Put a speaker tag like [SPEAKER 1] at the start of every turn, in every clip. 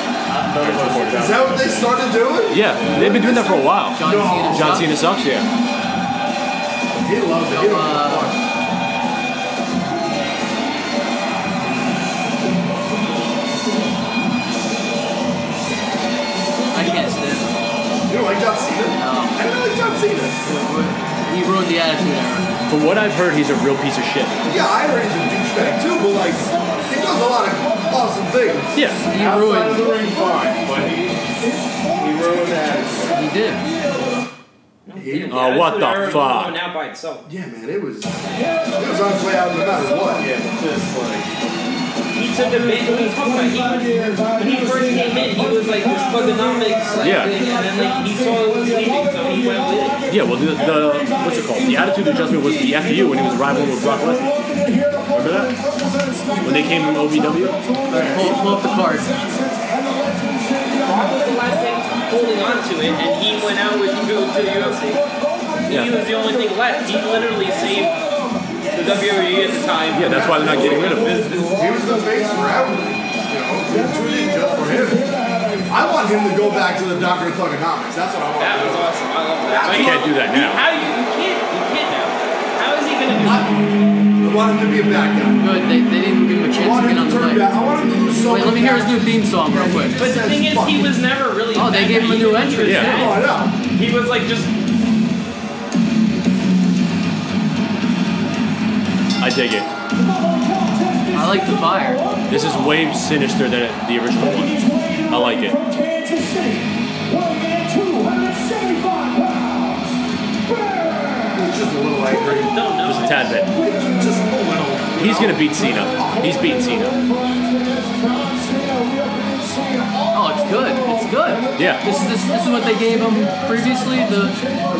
[SPEAKER 1] Thunder supporters
[SPEAKER 2] Is
[SPEAKER 1] out.
[SPEAKER 2] that what they started doing?
[SPEAKER 3] Yeah, they've been doing that for a while.
[SPEAKER 4] John
[SPEAKER 2] No.
[SPEAKER 4] Cena
[SPEAKER 3] John
[SPEAKER 4] sucks.
[SPEAKER 3] Cena sucks, yeah.
[SPEAKER 2] He loves it. He don't give a fuck.
[SPEAKER 4] I can't stand him.
[SPEAKER 2] You don't like John Cena?
[SPEAKER 4] No.
[SPEAKER 2] I don't like John Cena.
[SPEAKER 4] He ruined the attitude era.
[SPEAKER 3] From what I've heard, he's a real piece of shit.
[SPEAKER 2] Yeah, I heard he's a douchebag too, but like, he does a lot of awesome things.
[SPEAKER 3] Yeah.
[SPEAKER 4] He
[SPEAKER 1] Outside of
[SPEAKER 4] ruined.
[SPEAKER 1] the ring, fine, but he, he ruined that.
[SPEAKER 4] He did.
[SPEAKER 2] He-
[SPEAKER 3] Oh, what the fuck?
[SPEAKER 5] Going out by itself.
[SPEAKER 2] yeah, man, it was, it was on its way out no matter what.
[SPEAKER 1] Yeah, but just like
[SPEAKER 5] He took the man. What are you talking about? He was, when he first came in, he was like this thugonomics. Like,
[SPEAKER 3] Yeah.
[SPEAKER 5] thing, and then like he saw it was leaving, so he went with it.
[SPEAKER 3] Yeah, well, the, the what's it called? The attitude adjustment was the FU when he was rivaling with Brock Lesnar. Remember that? When they came from OVW?
[SPEAKER 4] Pull, pull up the card.
[SPEAKER 5] Brock was the last thing holding on to it, and he went out with Hugo to the UFC. He
[SPEAKER 3] Yeah.
[SPEAKER 5] was the only thing left. He literally saved the WWE at the time.
[SPEAKER 3] Yeah, that's why they're not getting rid of him.
[SPEAKER 2] He was the face forever. You know, they tweeted just for him. I want him to go back to the Doctor of Thugonomics. That's what I want.
[SPEAKER 5] That was awesome. I love that.
[SPEAKER 3] You can't do that now.
[SPEAKER 5] How you, you can't? You can't now. How is he gonna do that?
[SPEAKER 2] I want him to be a bad guy.
[SPEAKER 4] Good. They, they didn't give him a
[SPEAKER 2] I
[SPEAKER 4] chance
[SPEAKER 2] want
[SPEAKER 4] to
[SPEAKER 2] him
[SPEAKER 4] get
[SPEAKER 2] to
[SPEAKER 4] on the
[SPEAKER 2] turn
[SPEAKER 4] mic.
[SPEAKER 2] back. I want him to lose so
[SPEAKER 4] Wait, let me hear his new theme song real quick.
[SPEAKER 5] But the thing is, he was never really.
[SPEAKER 4] Oh, they
[SPEAKER 5] that
[SPEAKER 4] gave him a new entrance.
[SPEAKER 3] Yeah.
[SPEAKER 2] Oh, I know.
[SPEAKER 5] bad. He was like just.
[SPEAKER 3] I dig it.
[SPEAKER 4] I like the fire.
[SPEAKER 3] This is way sinister than the original one. I like it.
[SPEAKER 2] He's just a little angry.
[SPEAKER 5] Don't know.
[SPEAKER 3] Just a tad bit.
[SPEAKER 2] Just a little.
[SPEAKER 3] He's gonna beat Cena. He's beating Cena.
[SPEAKER 4] Oh, it's good. It's good.
[SPEAKER 3] Yeah.
[SPEAKER 4] This is this, this is what they gave him previously. The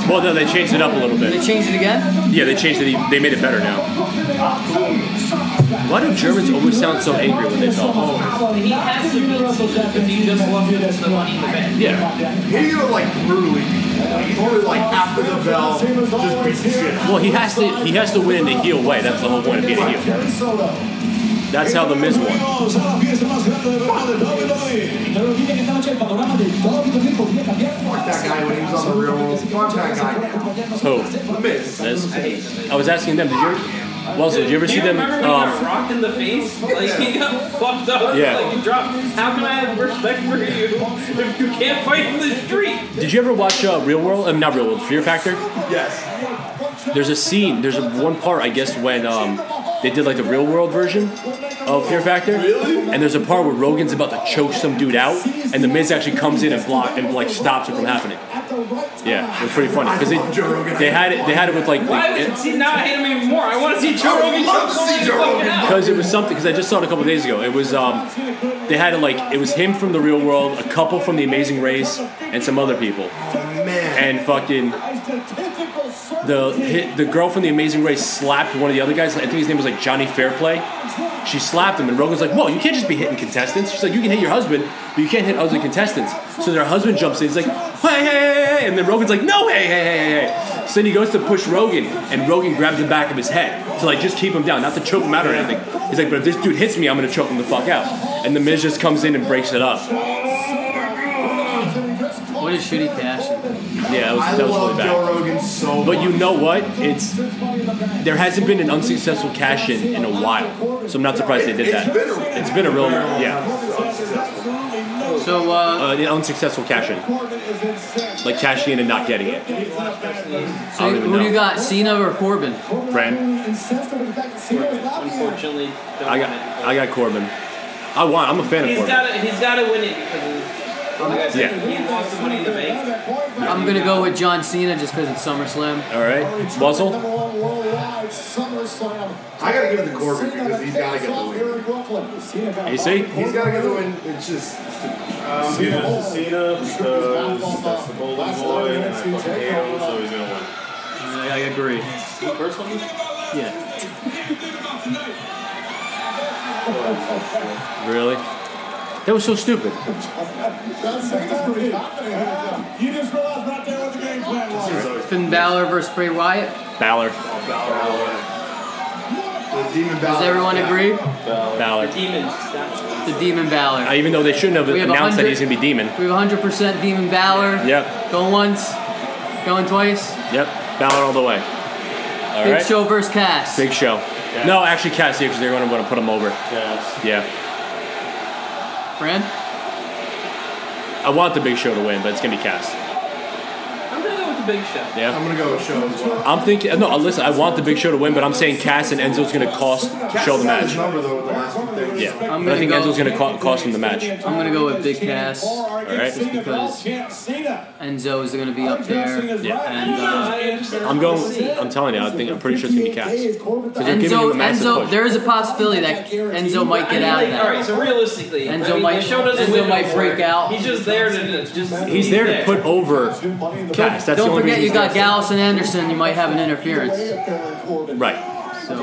[SPEAKER 3] Well, no, they changed it up a little
[SPEAKER 4] they
[SPEAKER 3] bit.
[SPEAKER 4] changed it again.
[SPEAKER 3] Yeah, they changed it. They made it better now. Why do Germans always sound so angry when they talk?
[SPEAKER 5] He has to beat Cena because he just lost the money in the bank.
[SPEAKER 3] Yeah.
[SPEAKER 2] He's gonna like brutally beat him. Like, he's gonna like after the bell, just beat the shit. out
[SPEAKER 3] Well, he has to. He has to win in the heel way. That's the whole point of being a heel. That's how the Miz won.
[SPEAKER 2] Fuck that guy when he was on the real world. Fuck that guy now.
[SPEAKER 3] Who?
[SPEAKER 2] The Miz.
[SPEAKER 3] Miz. I was asking them. Did you? Well, did you ever
[SPEAKER 5] Do
[SPEAKER 3] see
[SPEAKER 5] you
[SPEAKER 3] them?
[SPEAKER 5] remember when he got
[SPEAKER 3] Um,
[SPEAKER 5] rocked in the face? Like he got fucked up.
[SPEAKER 3] Yeah.
[SPEAKER 5] Like he dropped. How can I have respect for you if you can't fight in the street?
[SPEAKER 3] did you ever watch uh, Real World? Um, not Real World. Fear Factor.
[SPEAKER 2] Yes.
[SPEAKER 3] There's a scene. There's a, one part, I guess, when um, they did like the real world version of Fear Factor.
[SPEAKER 2] Really?
[SPEAKER 3] And there's a part where Rogan's about to choke some dude out, and the Miz actually comes in and block and like stops it from happening. Yeah, it was pretty funny because
[SPEAKER 2] I love Joe Rogan.
[SPEAKER 3] they, they had it. They had it with like
[SPEAKER 5] Why would see now? I hate him even more. I want to see Joe
[SPEAKER 2] I
[SPEAKER 5] Rogan.
[SPEAKER 2] love to see
[SPEAKER 5] choke somebody
[SPEAKER 2] Joe
[SPEAKER 5] fucking
[SPEAKER 2] Rogan.
[SPEAKER 5] out.
[SPEAKER 3] because it was something because I just saw it a couple days ago. It was um, they had it like it was him from the real world, a couple from the Amazing Race, and some other people,
[SPEAKER 2] Man.
[SPEAKER 3] and fucking. the hit, the girl from the Amazing Race slapped one of the other guys. I think his name was like Johnny Fairplay. She slapped him, and Rogan's like, "Whoa, you can't just be hitting contestants." She's like, "You can hit your husband, but you can't hit other contestants." So their husband jumps in. He's like, "Hey, hey, hey!" hey," and then Rogan's like, "No, hey, hey, hey, hey, hey." So then he goes to push Rogan, and Rogan grabs the back of his head to like just keep him down, not to choke him out or anything. He's like, "But if this dude hits me, I'm gonna choke him the fuck out." And the Miz just comes in and breaks it up.
[SPEAKER 4] What a shitty cash.
[SPEAKER 3] Yeah, that was,
[SPEAKER 2] I
[SPEAKER 3] that was
[SPEAKER 2] love
[SPEAKER 3] really bad.
[SPEAKER 2] Joe Rogan so
[SPEAKER 3] But
[SPEAKER 2] much.
[SPEAKER 3] you know what? It's there hasn't been an unsuccessful cash in in a while, so I'm not surprised they did
[SPEAKER 2] It's
[SPEAKER 3] that.
[SPEAKER 2] been a-
[SPEAKER 3] It's been a real yeah,
[SPEAKER 4] So uh,
[SPEAKER 3] uh, an unsuccessful cash in, like cashing in and not getting it. I
[SPEAKER 4] so
[SPEAKER 3] don't even
[SPEAKER 4] who do you
[SPEAKER 3] know.
[SPEAKER 4] got, Cena or Corbin?
[SPEAKER 3] Friend,
[SPEAKER 5] Unfortunately, don't
[SPEAKER 3] I got
[SPEAKER 5] want it.
[SPEAKER 3] I got Corbin. I want. I'm a fan of
[SPEAKER 5] He's
[SPEAKER 3] Corbin.
[SPEAKER 5] got to he's got to win it because of, like I said,
[SPEAKER 3] Yeah.
[SPEAKER 5] he lost the money in the bank.
[SPEAKER 4] I'm gonna go with John Cena just because it's SummerSlam.
[SPEAKER 3] All right, Wuzzle.
[SPEAKER 2] I gotta give it to Corbin because he's gotta get the win.
[SPEAKER 3] AC.
[SPEAKER 2] He's gotta get the win. It's just stupid.
[SPEAKER 1] um, Cena, Cena because that's the golden boy, and I fucking hate him, so he's gonna win.
[SPEAKER 4] I agree. Yeah.
[SPEAKER 3] Really? That was so stupid.
[SPEAKER 4] Finn Balor versus Bray Wyatt.
[SPEAKER 3] Balor.
[SPEAKER 2] Oh, Balor all the way. the demon Balor.
[SPEAKER 4] Does everyone
[SPEAKER 2] Yeah.
[SPEAKER 4] agree?
[SPEAKER 5] The
[SPEAKER 3] Balor.
[SPEAKER 5] demons. That's
[SPEAKER 4] The Demon Balor.
[SPEAKER 3] Uh, even though they shouldn't have
[SPEAKER 4] We have
[SPEAKER 3] announced that
[SPEAKER 4] 100
[SPEAKER 3] he's going to be demon.
[SPEAKER 4] we have 100% Demon Balor.
[SPEAKER 3] Yep,
[SPEAKER 4] Going once, going twice.
[SPEAKER 3] yep. Balor all the way. All
[SPEAKER 4] Big
[SPEAKER 3] right.
[SPEAKER 4] Show versus Cass.
[SPEAKER 3] Big show. No, actually, Cassie, because they're going to want to put him over.
[SPEAKER 1] Yes.
[SPEAKER 3] Yeah.
[SPEAKER 4] Brand?
[SPEAKER 3] I want the big show to win, but it's going to be Cass.
[SPEAKER 5] I'm gonna go with the Big Show.
[SPEAKER 2] I'm gonna go with Show as well.
[SPEAKER 3] I'm thinking, no, uh, listen, I want the big show to win, but I'm saying Cass and Enzo's going to cost show the
[SPEAKER 2] got
[SPEAKER 3] match.
[SPEAKER 2] his number though with the last one thing.
[SPEAKER 3] Yeah.
[SPEAKER 4] I'm
[SPEAKER 3] But I
[SPEAKER 4] gonna
[SPEAKER 3] think
[SPEAKER 4] go-
[SPEAKER 3] Enzo's going to co- cost him the match.
[SPEAKER 4] I'm gonna go with Big Cass.
[SPEAKER 6] All
[SPEAKER 3] right.
[SPEAKER 6] Just because.
[SPEAKER 4] Enzo is going to be up there.
[SPEAKER 3] Yeah.
[SPEAKER 4] And uh,
[SPEAKER 5] I understand.
[SPEAKER 3] I'm going, I'm telling you, I think, I'm pretty sure it's going to be Cass. They're giving
[SPEAKER 4] Enzo,
[SPEAKER 3] him a massive
[SPEAKER 4] Enzo,
[SPEAKER 3] push.
[SPEAKER 4] there is a possibility that Enzo might get out of
[SPEAKER 5] All right,
[SPEAKER 4] that.
[SPEAKER 5] so realistically,
[SPEAKER 4] Enzo
[SPEAKER 5] I mean,
[SPEAKER 4] might-
[SPEAKER 5] the show doesn't
[SPEAKER 4] Enzo
[SPEAKER 5] win
[SPEAKER 4] might
[SPEAKER 5] no
[SPEAKER 4] break
[SPEAKER 5] more.
[SPEAKER 4] out.
[SPEAKER 5] He's just there to just.
[SPEAKER 3] He's there to put over Cass. That's the
[SPEAKER 4] Don't
[SPEAKER 3] only reason
[SPEAKER 4] forget you
[SPEAKER 3] he's
[SPEAKER 4] got
[SPEAKER 3] there.
[SPEAKER 4] Gallus and Anderson. You might have an interference.
[SPEAKER 3] Right.
[SPEAKER 4] So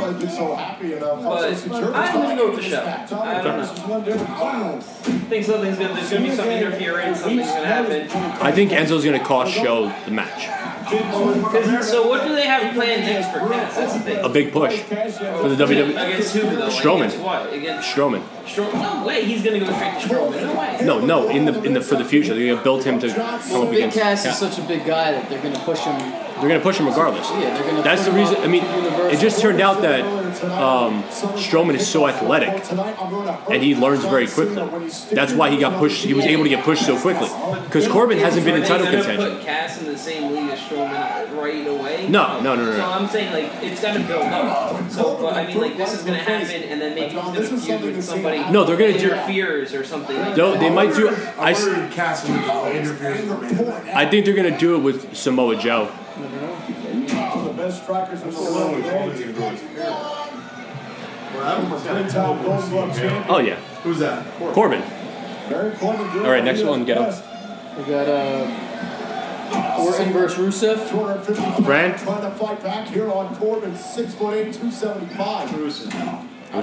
[SPEAKER 5] But I'm gonna go with the show. I don't know. I think something's gonna there's gonna be some interference. Something's gonna happen.
[SPEAKER 3] I think Enzo's going to cost show the match.
[SPEAKER 5] 'Cause- So what do they have planned next for Cass? That's the thing.
[SPEAKER 3] A big push for the WWE.
[SPEAKER 5] Against who though? Like,
[SPEAKER 3] Strowman.
[SPEAKER 5] Against what? Against
[SPEAKER 3] Strowman.
[SPEAKER 5] Strowman? No way. He's gonna go straight to Strowman. No way.
[SPEAKER 3] No, no, in the in the for the future, they have built him to come up
[SPEAKER 4] Big
[SPEAKER 3] against.
[SPEAKER 4] Cass
[SPEAKER 3] Yeah.
[SPEAKER 4] is such a big guy that they're going to push him.
[SPEAKER 3] They're gonna push him regardless.
[SPEAKER 4] Yeah, they're gonna
[SPEAKER 3] That's
[SPEAKER 4] push
[SPEAKER 3] the
[SPEAKER 4] him
[SPEAKER 3] reason.
[SPEAKER 4] up
[SPEAKER 3] I mean,
[SPEAKER 4] to Universal.
[SPEAKER 3] it just turned out that um, Strowman is so athletic, and he learns very quickly. That's why he got pushed. He was able to get pushed so quickly because Corbin hasn't been in
[SPEAKER 5] Are they
[SPEAKER 3] title
[SPEAKER 5] gonna
[SPEAKER 3] contention.
[SPEAKER 5] Put Cass in the same league as Strowman right away.
[SPEAKER 3] No, no, no, no,
[SPEAKER 5] So
[SPEAKER 3] no.
[SPEAKER 5] I'm saying like it's gonna build up. So, but I mean like this is gonna happen, and then maybe he's gonna feud with somebody.
[SPEAKER 3] No, they're gonna
[SPEAKER 5] that
[SPEAKER 3] do-
[SPEAKER 5] interferes or something. Like
[SPEAKER 3] Though they might do. I,
[SPEAKER 2] I
[SPEAKER 3] s-
[SPEAKER 2] ordered Cass and interferes with the main event.
[SPEAKER 3] I think they're gonna do it with Samoa Joe. Oh yeah,
[SPEAKER 2] Who's that?
[SPEAKER 3] Corbin.
[SPEAKER 6] All
[SPEAKER 3] All right, next one, get him.
[SPEAKER 4] We got uh, Orton versus Rusev.
[SPEAKER 3] Brand?
[SPEAKER 6] Trying to fight back here on Corbin, six foot eight, two seventy five.
[SPEAKER 3] Rusev. I'm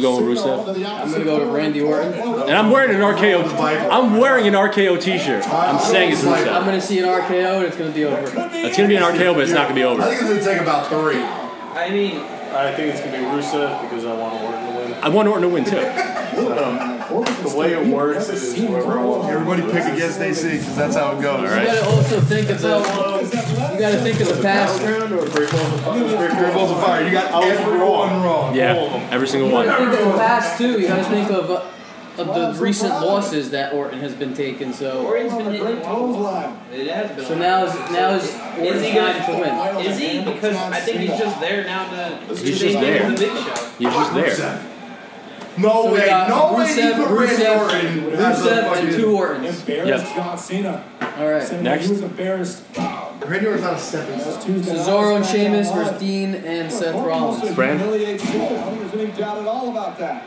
[SPEAKER 3] going with Rusev,
[SPEAKER 4] I'm gonna go with Randy
[SPEAKER 6] Oh,
[SPEAKER 4] Orton.
[SPEAKER 3] and I'm wearing an RKO. I'm wearing an RKO T-shirt. I'm saying it's
[SPEAKER 4] I'm
[SPEAKER 3] Rusev.
[SPEAKER 4] going to see an RKO and it's going to be over.
[SPEAKER 3] It's gonna be an RKO, but it's not gonna be
[SPEAKER 2] I
[SPEAKER 3] over.
[SPEAKER 2] think it's gonna take about three.
[SPEAKER 5] I mean,
[SPEAKER 1] I think it's gonna be Rusev because I want Orton to win.
[SPEAKER 3] I want Orton to win too.
[SPEAKER 6] oh,
[SPEAKER 1] The way it works is whoever I want.
[SPEAKER 2] Everybody pick against AC because that's how it goes.
[SPEAKER 4] You
[SPEAKER 3] right.
[SPEAKER 4] got to also think of the. You got to think of the past.
[SPEAKER 2] Three balls of fire. You got everyone wrong.
[SPEAKER 1] All of
[SPEAKER 3] Yeah,
[SPEAKER 1] them.
[SPEAKER 3] every single
[SPEAKER 4] You gotta
[SPEAKER 3] one.
[SPEAKER 4] think of the past too. You gotta think of uh, of the recent losses that Orton has been taking. So
[SPEAKER 5] Orton's been hitting walls. It has been.
[SPEAKER 4] so now is now is
[SPEAKER 5] Is
[SPEAKER 4] Orton's
[SPEAKER 5] he
[SPEAKER 4] time to
[SPEAKER 5] gonna-
[SPEAKER 4] win.
[SPEAKER 5] Is he? Because I think he's just there now to.
[SPEAKER 3] He's just there.
[SPEAKER 5] The big show.
[SPEAKER 3] He's just there.
[SPEAKER 2] Rusev. No
[SPEAKER 4] So we
[SPEAKER 2] way.
[SPEAKER 4] got
[SPEAKER 2] No way.
[SPEAKER 4] Rusev,
[SPEAKER 2] you put Randy Orton
[SPEAKER 4] Rusev,
[SPEAKER 2] as a
[SPEAKER 4] Rusev, and
[SPEAKER 2] fucking-
[SPEAKER 4] two Ortons.
[SPEAKER 3] Yep.
[SPEAKER 6] John Cena.
[SPEAKER 4] All right.
[SPEAKER 3] Next.
[SPEAKER 6] He was embarrassed.
[SPEAKER 2] Randy Orton's not a stepping stone.
[SPEAKER 4] Cesaro and Sheamus versus Dean and Seth Rollins.
[SPEAKER 3] Fran?
[SPEAKER 6] humiliates Cole. I don't think there's any doubt at all about that.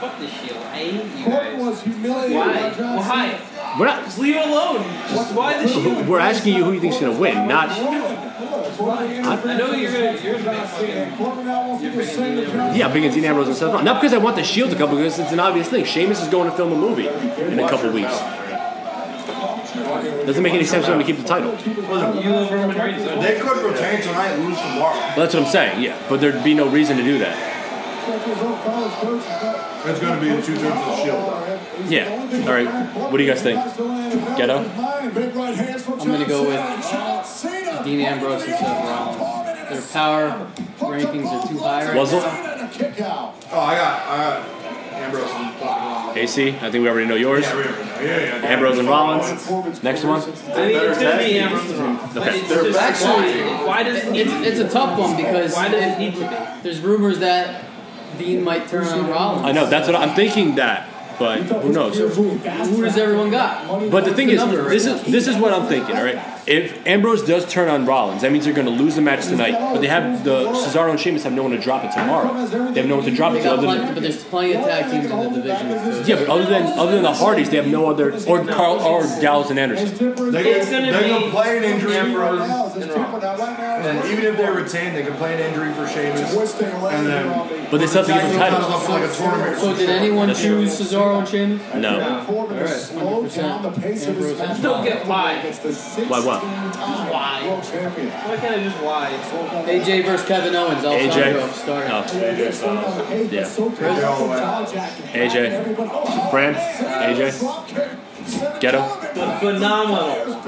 [SPEAKER 5] Fuck the shield. I hate you
[SPEAKER 6] Corbin
[SPEAKER 5] guys.
[SPEAKER 6] was humiliated
[SPEAKER 5] Why?
[SPEAKER 6] by John
[SPEAKER 5] Why?
[SPEAKER 3] We're not.
[SPEAKER 5] Just leave it alone. Just why the shield?
[SPEAKER 3] We're asking you who you think's gonna win, not.
[SPEAKER 5] I know you're gonna. You're gonna make fucking. You're picking the
[SPEAKER 3] Yeah, I'm picking Dean Ambrose and Seth Rollins. Not because I want the Shield to come, because it's an obvious thing. Sheamus is going to film a movie in a couple weeks. Doesn't make any sense for him to keep the title.
[SPEAKER 5] You love Roman Reigns. don't you?
[SPEAKER 2] They could retain tonight and lose tomorrow.
[SPEAKER 3] That's what I'm saying. Yeah, but there'd be no reason to do that.
[SPEAKER 2] It's going to be in two thirds of the shield.
[SPEAKER 3] Yeah. All right. What do you guys think? Ghetto?
[SPEAKER 6] I'm
[SPEAKER 4] I'm gonna go with Dean Ambrose and Seth Rollins. Their power rankings are too high right
[SPEAKER 3] Wuzzle?
[SPEAKER 4] now.
[SPEAKER 2] Oh, I got, I got Ambrose and Fucking Rollins.
[SPEAKER 3] AC, I think we already know yours.
[SPEAKER 2] Yeah, we already know. yeah, yeah.
[SPEAKER 3] Ambrose and Rollins. Next one.
[SPEAKER 5] I mean, it's gonna be Ambrose and Rollins. But
[SPEAKER 3] Okay.
[SPEAKER 5] it's just
[SPEAKER 4] actually-
[SPEAKER 5] why, why does it need
[SPEAKER 4] It's
[SPEAKER 5] to be?
[SPEAKER 4] it's a tough one because
[SPEAKER 5] Why does it
[SPEAKER 4] if-
[SPEAKER 5] need to be?
[SPEAKER 4] there's rumors that Dean might turn on Rollins.
[SPEAKER 3] I know. That's what I'm thinking. That, but who knows?
[SPEAKER 4] Who does everyone got?
[SPEAKER 3] But the thing
[SPEAKER 4] the
[SPEAKER 3] is,
[SPEAKER 4] number right
[SPEAKER 3] this is this is what I'm thinking. All right, if Ambrose does turn on Rollins, that means they're going to lose the match tonight. But they have the Cesaro and Sheamus have no one to drop it tomorrow. They have no one to drop it
[SPEAKER 4] They
[SPEAKER 3] to
[SPEAKER 4] got
[SPEAKER 3] other
[SPEAKER 4] plenty,
[SPEAKER 3] than
[SPEAKER 4] but there's plenty of tag teams in the division.
[SPEAKER 3] yeah, but other than other than the Hardys, they have no other or Carl or Gallows and Anderson.
[SPEAKER 2] They
[SPEAKER 5] It's
[SPEAKER 2] can,
[SPEAKER 5] gonna
[SPEAKER 2] they
[SPEAKER 5] be
[SPEAKER 2] can play an injury.
[SPEAKER 5] Ambrose and Rollins.
[SPEAKER 2] It's And even if they retain, they can play an injury for Sheamus. And then
[SPEAKER 3] But they still have to give him titles.
[SPEAKER 2] up for like a tournament.
[SPEAKER 4] So did anyone choose Cesaro and Sheamus?
[SPEAKER 3] No.
[SPEAKER 5] No.
[SPEAKER 6] Corbin has slowed down the pace of his match.
[SPEAKER 5] Don't get why.
[SPEAKER 6] It's the
[SPEAKER 3] Why what?
[SPEAKER 6] 16-time
[SPEAKER 5] Why?
[SPEAKER 6] world champion.
[SPEAKER 5] Why can't I just why?
[SPEAKER 4] AJ versus Kevin Owens.
[SPEAKER 3] AJ.
[SPEAKER 4] Alessandro starting.
[SPEAKER 3] No. Yeah.
[SPEAKER 2] They're all away.
[SPEAKER 3] AJ. Brand. AJ. Get him.
[SPEAKER 5] Phenomenal.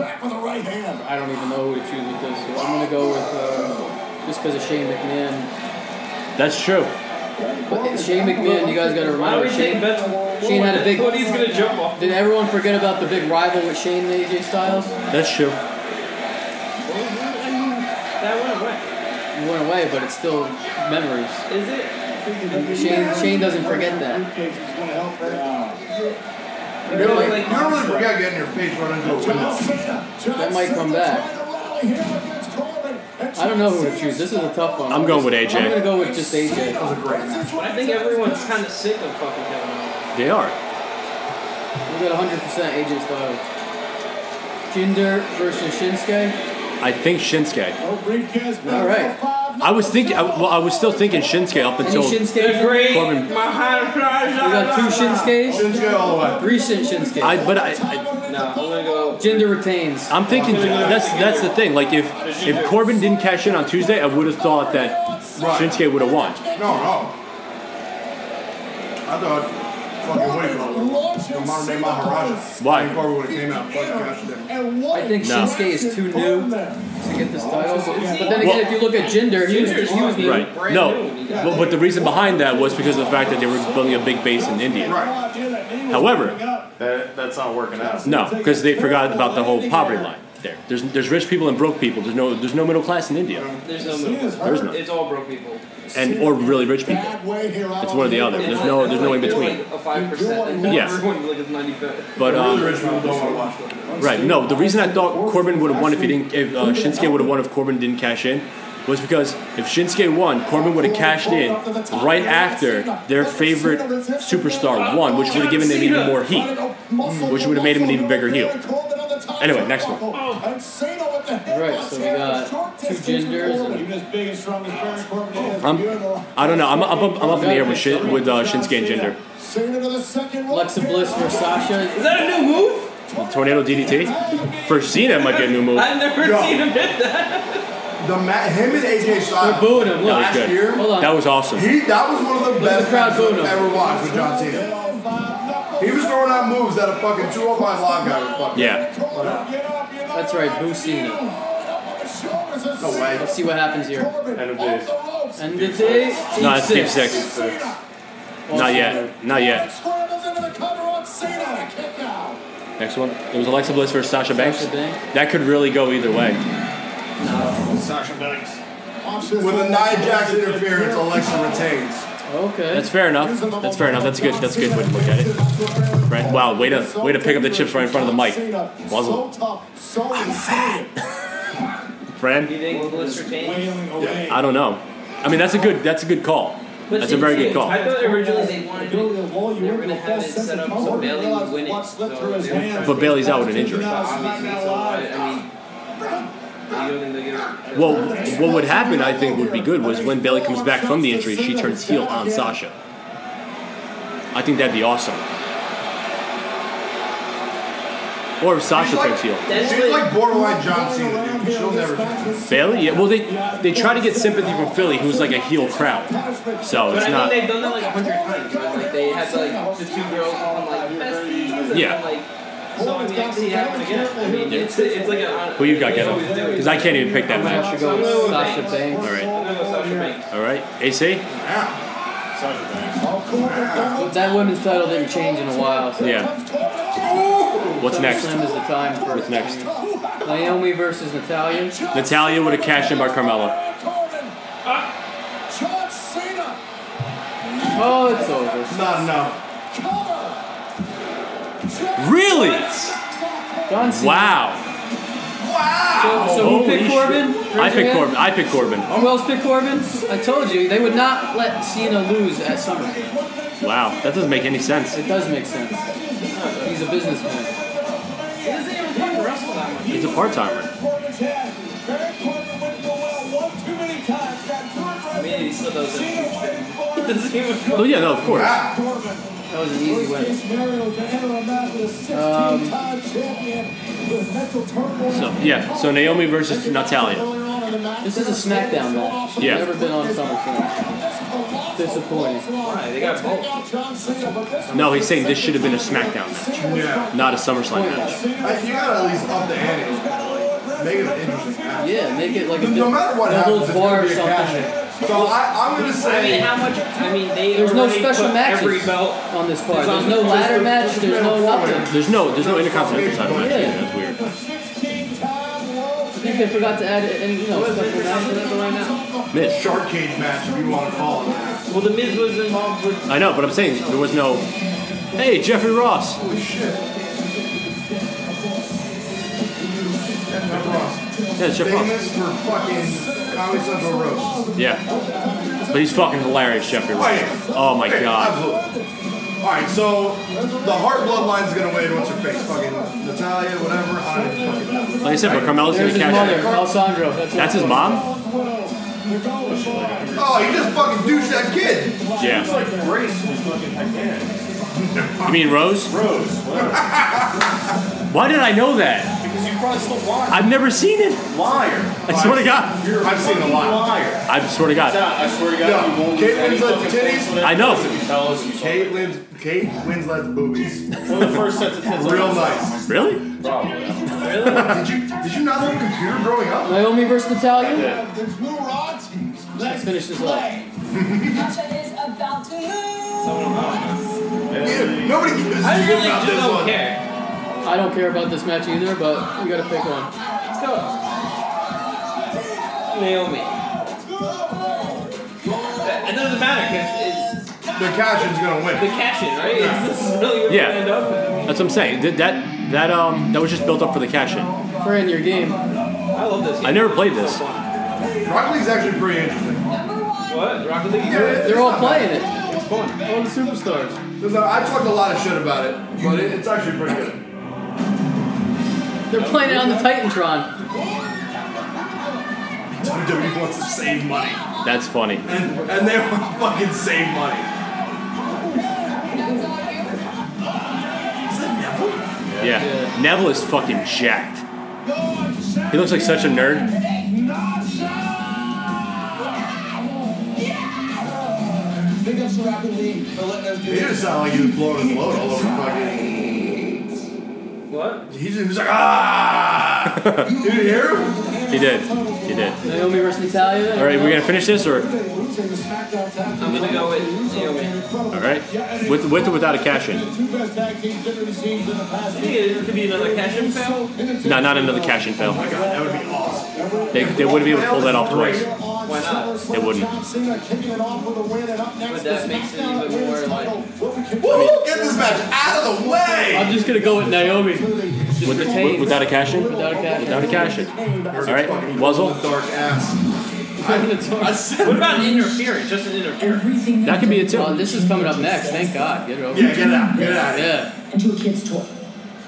[SPEAKER 4] I don't even know who to choose with this. I'm gonna go with uh, just because of Shane McMahon.
[SPEAKER 3] That's true.
[SPEAKER 4] But Shane McMahon, you guys gotta
[SPEAKER 5] Why
[SPEAKER 4] remember
[SPEAKER 5] don't we take
[SPEAKER 4] Shane.
[SPEAKER 5] bets?
[SPEAKER 4] Shane had a big-
[SPEAKER 5] What he's gonna jump off?
[SPEAKER 4] Did everyone forget about the big rival with Shane and AJ Styles?
[SPEAKER 3] That's true.
[SPEAKER 5] That went away.
[SPEAKER 4] It went away, but it's still memories.
[SPEAKER 5] Is it?
[SPEAKER 4] Shane, Shane doesn't forget that.
[SPEAKER 2] You don't really, you don't really forget getting your face run into a window.
[SPEAKER 4] That might come back. I don't know who to choose. This is a tough one.
[SPEAKER 3] I'm going with AJ.
[SPEAKER 4] I'm gonna go with just AJ.
[SPEAKER 2] That was a great match.
[SPEAKER 5] I think everyone's kind of sick of fucking Kevin Owens.
[SPEAKER 3] They are.
[SPEAKER 4] We got 100% AJ Styles. Jinder versus Shinsuke.
[SPEAKER 3] I think Shinsuke.
[SPEAKER 4] All right.
[SPEAKER 3] I was thinking. I, well, I was still thinking Shinsuke up
[SPEAKER 4] Any
[SPEAKER 3] until.
[SPEAKER 4] Shinsuke? We
[SPEAKER 5] great.
[SPEAKER 3] Corbin.
[SPEAKER 4] got two Shinskes.
[SPEAKER 2] Shinsuke all the way.
[SPEAKER 4] Recent Shinsuke.
[SPEAKER 3] I but I, I
[SPEAKER 5] No, I'm gonna go.
[SPEAKER 4] Jinder retains.
[SPEAKER 3] I'm thinking that's that's the thing. Like if if Corbin didn't cash in on Tuesday, I would have thought that
[SPEAKER 2] Right.
[SPEAKER 3] Shinsuke would have won.
[SPEAKER 2] No, no. I thought fucking wait for a little. The modern day Maharaja.
[SPEAKER 3] Why?
[SPEAKER 2] I think Barbara would have came out. Fucking gosh, damn it.
[SPEAKER 4] I think
[SPEAKER 3] No.
[SPEAKER 4] Shinsuke is too new to get this title. But then
[SPEAKER 3] Well-
[SPEAKER 4] again, if you look at Jinder, he was,
[SPEAKER 5] Jinder's
[SPEAKER 4] he was new.
[SPEAKER 3] Right. No. But, but the reason behind that was because of the fact that they were building a big base in India.
[SPEAKER 2] Right.
[SPEAKER 3] However,
[SPEAKER 1] That, that's not working out.
[SPEAKER 3] no, because they forgot about the whole poverty line. There, there's there's rich people and broke people. There's no there's no middle class in India,
[SPEAKER 5] There's no move.
[SPEAKER 3] There's none.
[SPEAKER 5] It's all broke people.
[SPEAKER 3] and or really rich people.
[SPEAKER 6] It's
[SPEAKER 3] one or the other. There's no- there's no in
[SPEAKER 5] It's like
[SPEAKER 3] between.
[SPEAKER 5] A five percent.
[SPEAKER 3] Yes.
[SPEAKER 5] Everyone like it's ninety five.
[SPEAKER 3] But
[SPEAKER 2] Really
[SPEAKER 3] um,
[SPEAKER 2] rich people don't want to watch them.
[SPEAKER 3] Right. No, the reason I thought Corbin would have won if he didn't, if uh, Shinsuke would have won if Corbin didn't cash in, was because if Shinsuke won, Corbin would have cashed in right after their favorite superstar won, which would have given them even more heat.
[SPEAKER 6] which would have made him an even bigger heel.
[SPEAKER 3] Anyway, next one.
[SPEAKER 4] Oh. Right, so we got two Jinders. And Oh.
[SPEAKER 3] I'm, Um, I don't know. I'm, I'm, up- I'm up in the air with shit with uh, Shinsuke and Jinder.
[SPEAKER 4] Alexa Bliss for
[SPEAKER 5] Is
[SPEAKER 4] Sasha.
[SPEAKER 5] that a new move?
[SPEAKER 3] Tornado DDT for Cena might be a new move.
[SPEAKER 5] I've never
[SPEAKER 2] Yo.
[SPEAKER 5] seen him hit that.
[SPEAKER 2] The ma- him and AJ
[SPEAKER 4] They're
[SPEAKER 2] Styles.
[SPEAKER 4] booing him. Look.
[SPEAKER 3] That was good.
[SPEAKER 4] Hold on.
[SPEAKER 3] That was awesome.
[SPEAKER 2] He that was one of the
[SPEAKER 4] the
[SPEAKER 2] best
[SPEAKER 4] crowd
[SPEAKER 2] matches
[SPEAKER 4] booing
[SPEAKER 2] I've
[SPEAKER 4] him.
[SPEAKER 2] ever watched with John Cena. He was throwing out moves that a fucking 205 live guy would fucking.
[SPEAKER 3] Yeah.
[SPEAKER 2] put out.
[SPEAKER 4] That's right, Boo Cena.
[SPEAKER 2] No way.
[SPEAKER 4] Let's see what happens here.
[SPEAKER 1] End of days.
[SPEAKER 4] And the day.
[SPEAKER 3] No, that's deep six. Not yet. Not yet. Next one. It was Alexa Bliss versus Sasha Banks.
[SPEAKER 4] Sasha Banks.
[SPEAKER 3] That could really go either way.
[SPEAKER 2] With a Nia Jax interference, Alexa retains.
[SPEAKER 4] Okay.
[SPEAKER 3] That's fair enough. That's fair enough. That's a good. That's a good way to look at it. Right. Wow. Way to way to pick up the chips right in front of the mic. Wasn't
[SPEAKER 5] You
[SPEAKER 3] Fran?
[SPEAKER 5] think Bliss retains?
[SPEAKER 3] I don't know. I mean, that's a good. That's a good call.
[SPEAKER 5] But
[SPEAKER 3] That's
[SPEAKER 5] they
[SPEAKER 3] a very good
[SPEAKER 5] did.
[SPEAKER 3] call.
[SPEAKER 5] I thought originally they wanted to. They were gonna have it set up so Bailey would win it. So they
[SPEAKER 3] But Bailey's out with an injury.
[SPEAKER 5] obviously, so I, I mean, you don't think they get
[SPEAKER 3] Well, what would happen, I think, would be good was when Bailey comes back from the injury, she turns heel on Sasha. I think that'd be awesome. Or if Sasha turns heel.
[SPEAKER 5] That's
[SPEAKER 2] She's like borderline John Cena, dude. She'll never change.
[SPEAKER 3] Bailey? Yeah. Well, they they try to get sympathy from Philly, who's like a heel crowd. So
[SPEAKER 5] But
[SPEAKER 3] it's
[SPEAKER 5] I
[SPEAKER 3] not.
[SPEAKER 5] mean, they've done that like a hundred times. Right? Like they had like the two girls on like besties, and then,
[SPEAKER 3] Yeah.
[SPEAKER 5] like so I mean, I can see it happen again. I mean, it's it's like a
[SPEAKER 3] Who you got,
[SPEAKER 5] they
[SPEAKER 3] Kevin?
[SPEAKER 5] always do it.
[SPEAKER 3] Because I can't even pick that
[SPEAKER 4] I
[SPEAKER 3] match.
[SPEAKER 4] should go with Sasha Banks.
[SPEAKER 3] All right.
[SPEAKER 5] I'm gonna go Sasha Banks.
[SPEAKER 3] All right. AC?
[SPEAKER 2] Yeah.
[SPEAKER 1] Sasha Banks.
[SPEAKER 4] But that women's title didn't change in a while. So
[SPEAKER 3] Yeah. What's next?
[SPEAKER 4] SummerSlam is the time for
[SPEAKER 3] What's next?
[SPEAKER 4] Naomi versus Natalia.
[SPEAKER 3] Natalia would have cashed in by Carmella.
[SPEAKER 4] Oh, it's over.
[SPEAKER 2] Not enough.
[SPEAKER 3] Really?
[SPEAKER 4] John Cena.
[SPEAKER 3] Wow.
[SPEAKER 4] So, so who
[SPEAKER 3] Holy shit.
[SPEAKER 4] picked Corbin?
[SPEAKER 3] I picked Corbin. I picked Corbin.
[SPEAKER 4] Who else picked Corbin? I told you they would not let Cena lose at SummerSlam.
[SPEAKER 3] Wow. That doesn't make any sense.
[SPEAKER 4] It does make sense. He's a businessman.
[SPEAKER 5] He doesn't even fucking wrestle that much.
[SPEAKER 3] He's a part timer.
[SPEAKER 5] Lisa doesn't. doesn't even.
[SPEAKER 3] No, Oh, yeah, no, of course.
[SPEAKER 2] Wow.
[SPEAKER 4] That was an easy win.
[SPEAKER 3] So yeah, so Naomi versus Natalia.
[SPEAKER 4] This is a SmackDown match.
[SPEAKER 3] Yeah.
[SPEAKER 4] Never been on SummerSlam. Disappointing.
[SPEAKER 5] Right, they got both.
[SPEAKER 3] No, he's saying this should have been a SmackDown match,
[SPEAKER 2] Yeah.
[SPEAKER 3] not a SummerSlam match.
[SPEAKER 2] Like, you gotta at least up the ante. Make it an interesting match.
[SPEAKER 4] Yeah, make it like a
[SPEAKER 2] No matter what
[SPEAKER 4] a little
[SPEAKER 2] happens, it's
[SPEAKER 4] bar
[SPEAKER 2] gonna
[SPEAKER 4] or
[SPEAKER 2] be a cash
[SPEAKER 4] something.
[SPEAKER 2] in. So I, I'm gonna
[SPEAKER 5] I
[SPEAKER 2] say.
[SPEAKER 5] mean, how much? I mean, they.
[SPEAKER 4] There's no
[SPEAKER 5] already
[SPEAKER 4] special
[SPEAKER 5] put
[SPEAKER 4] matches
[SPEAKER 5] Every belt.
[SPEAKER 4] on this card.
[SPEAKER 5] It's on
[SPEAKER 4] There's no
[SPEAKER 5] the-
[SPEAKER 4] ladder match. There's no nothing.
[SPEAKER 3] There's no, there's no Intercontinental title match. Yeah, that's weird.
[SPEAKER 4] I think they forgot to add any, you know,
[SPEAKER 5] What is
[SPEAKER 4] special matches.
[SPEAKER 5] Intercontinental right now?
[SPEAKER 3] Miz.
[SPEAKER 2] shark cage match, if you want to call it that.
[SPEAKER 5] Well, the Miz was involved with.
[SPEAKER 3] I know, but I'm saying there was no. Hey, Jeffrey Ross.
[SPEAKER 2] Holy shit. Jeff Ross,
[SPEAKER 3] Yeah, it's Jeff Ross.
[SPEAKER 2] famous for fucking Comedy Central roast.
[SPEAKER 3] Yeah, but he's fucking hilarious, Jeffrey Ross. Oh my
[SPEAKER 2] Hey,
[SPEAKER 3] god.
[SPEAKER 2] Absolutely. All right, so the heart bloodline's gonna win. What's your face? Fucking Natalia, whatever. I don't even fucking know.
[SPEAKER 3] Like I said, but Carmella's gonna
[SPEAKER 4] There's his
[SPEAKER 3] cash
[SPEAKER 4] mother,
[SPEAKER 3] in.
[SPEAKER 4] Alessandro. That's,
[SPEAKER 3] That's his mom.
[SPEAKER 2] Oh, he just fucking douched that kid.
[SPEAKER 1] It's
[SPEAKER 3] Yeah.
[SPEAKER 1] like Grace from fucking Titanic.
[SPEAKER 3] You mean Rose?
[SPEAKER 1] Rose, whatever.
[SPEAKER 3] Why did I know that?
[SPEAKER 1] because you crossed the line.
[SPEAKER 3] I've never seen it.
[SPEAKER 1] liar.
[SPEAKER 3] I swear to God.
[SPEAKER 1] You're a
[SPEAKER 2] I've seen a
[SPEAKER 1] fucking
[SPEAKER 2] lot.
[SPEAKER 1] liar.
[SPEAKER 3] I swear to God.
[SPEAKER 1] I swear to God,
[SPEAKER 2] Yeah,
[SPEAKER 1] you won't
[SPEAKER 2] Kate
[SPEAKER 1] lose any
[SPEAKER 2] Winslet
[SPEAKER 1] fucking
[SPEAKER 2] titties.
[SPEAKER 1] points for that
[SPEAKER 3] I know.
[SPEAKER 1] If you tell us you saw
[SPEAKER 2] Kate
[SPEAKER 1] it.
[SPEAKER 2] Wins, Kate Winslet's boobies.
[SPEAKER 1] One of the first sets of tits. I
[SPEAKER 2] Real
[SPEAKER 1] ever saw.
[SPEAKER 2] nice.
[SPEAKER 3] Really?
[SPEAKER 1] Probably.
[SPEAKER 2] Did you did you not have a computer growing up?
[SPEAKER 4] Naomi versus Natalia.
[SPEAKER 1] Yeah.
[SPEAKER 4] Let's finish this up.
[SPEAKER 7] Sasha is about to lose.
[SPEAKER 2] Ew, nobody gives a
[SPEAKER 5] I
[SPEAKER 2] shit
[SPEAKER 5] really
[SPEAKER 2] about
[SPEAKER 5] do
[SPEAKER 2] this
[SPEAKER 5] not
[SPEAKER 2] one.
[SPEAKER 5] care.
[SPEAKER 4] I don't care about this match either, but we gotta pick one.
[SPEAKER 5] Let's go. Naomi. That- It doesn't matter because it's
[SPEAKER 2] The Cashin's gonna
[SPEAKER 5] the
[SPEAKER 2] win.
[SPEAKER 5] cash in, right? It's this is really what
[SPEAKER 3] Yeah.
[SPEAKER 5] we end up with.
[SPEAKER 3] That's what I'm saying. That that that um that was just built up for the cash in.
[SPEAKER 4] Fran, your game.
[SPEAKER 5] I love this. Game.
[SPEAKER 3] I never played this.
[SPEAKER 5] What?
[SPEAKER 2] Rock League's actually pretty interesting.
[SPEAKER 7] Number one.
[SPEAKER 5] Rocket League?
[SPEAKER 4] They're all playing it. It's fun. All the superstars.
[SPEAKER 2] Because I, I talked a lot of shit about it, but it, it's actually pretty good.
[SPEAKER 4] They're playing it on the Titantron.
[SPEAKER 2] WWE wants to save money,
[SPEAKER 3] That's funny.
[SPEAKER 2] and and they want to fucking save money.
[SPEAKER 7] That's all you.
[SPEAKER 2] Is that Neville?
[SPEAKER 3] Yeah. Neville is fucking jacked. He looks like such a nerd.
[SPEAKER 6] Big ups to Rocket League for letting us do
[SPEAKER 2] He just sounded like he was blowing his load all over fucking.
[SPEAKER 5] What?
[SPEAKER 2] He just he was like ah. you didn't hear him?
[SPEAKER 3] He did. He did.
[SPEAKER 4] Naomi versus Natalia.
[SPEAKER 3] All right, we gonna finish this or all
[SPEAKER 5] I'm gonna go with Naomi.
[SPEAKER 3] right with with or without a cash in?
[SPEAKER 6] two best tag teams that we've seen in the
[SPEAKER 5] I
[SPEAKER 6] past.
[SPEAKER 5] think it could be another cash in fail.
[SPEAKER 3] No, not another cash in fail.
[SPEAKER 2] God, that would be awesome.
[SPEAKER 3] They, they wouldn't be able to pull that off twice.
[SPEAKER 5] Why not?
[SPEAKER 3] They wouldn't.
[SPEAKER 6] John Cena kicking it off with a win and up next
[SPEAKER 5] But that makes it even more like.
[SPEAKER 2] Woo! Get this match out of the way.
[SPEAKER 4] I'm just gonna go with Naomi. Just
[SPEAKER 3] With,
[SPEAKER 4] retain.
[SPEAKER 3] with, without a cash in?
[SPEAKER 4] Without a cash.
[SPEAKER 3] Without a cash in. All right,
[SPEAKER 2] Fucking
[SPEAKER 3] Wuzzle.
[SPEAKER 2] dark ass.
[SPEAKER 4] I said-
[SPEAKER 5] What about an interference? Just an interference.
[SPEAKER 3] That could be it
[SPEAKER 4] Oh,
[SPEAKER 3] too.
[SPEAKER 4] this is coming up next. Thank God. Get it over.
[SPEAKER 2] Yeah, get out. Get out.
[SPEAKER 4] Yeah.
[SPEAKER 8] into a kid's toy.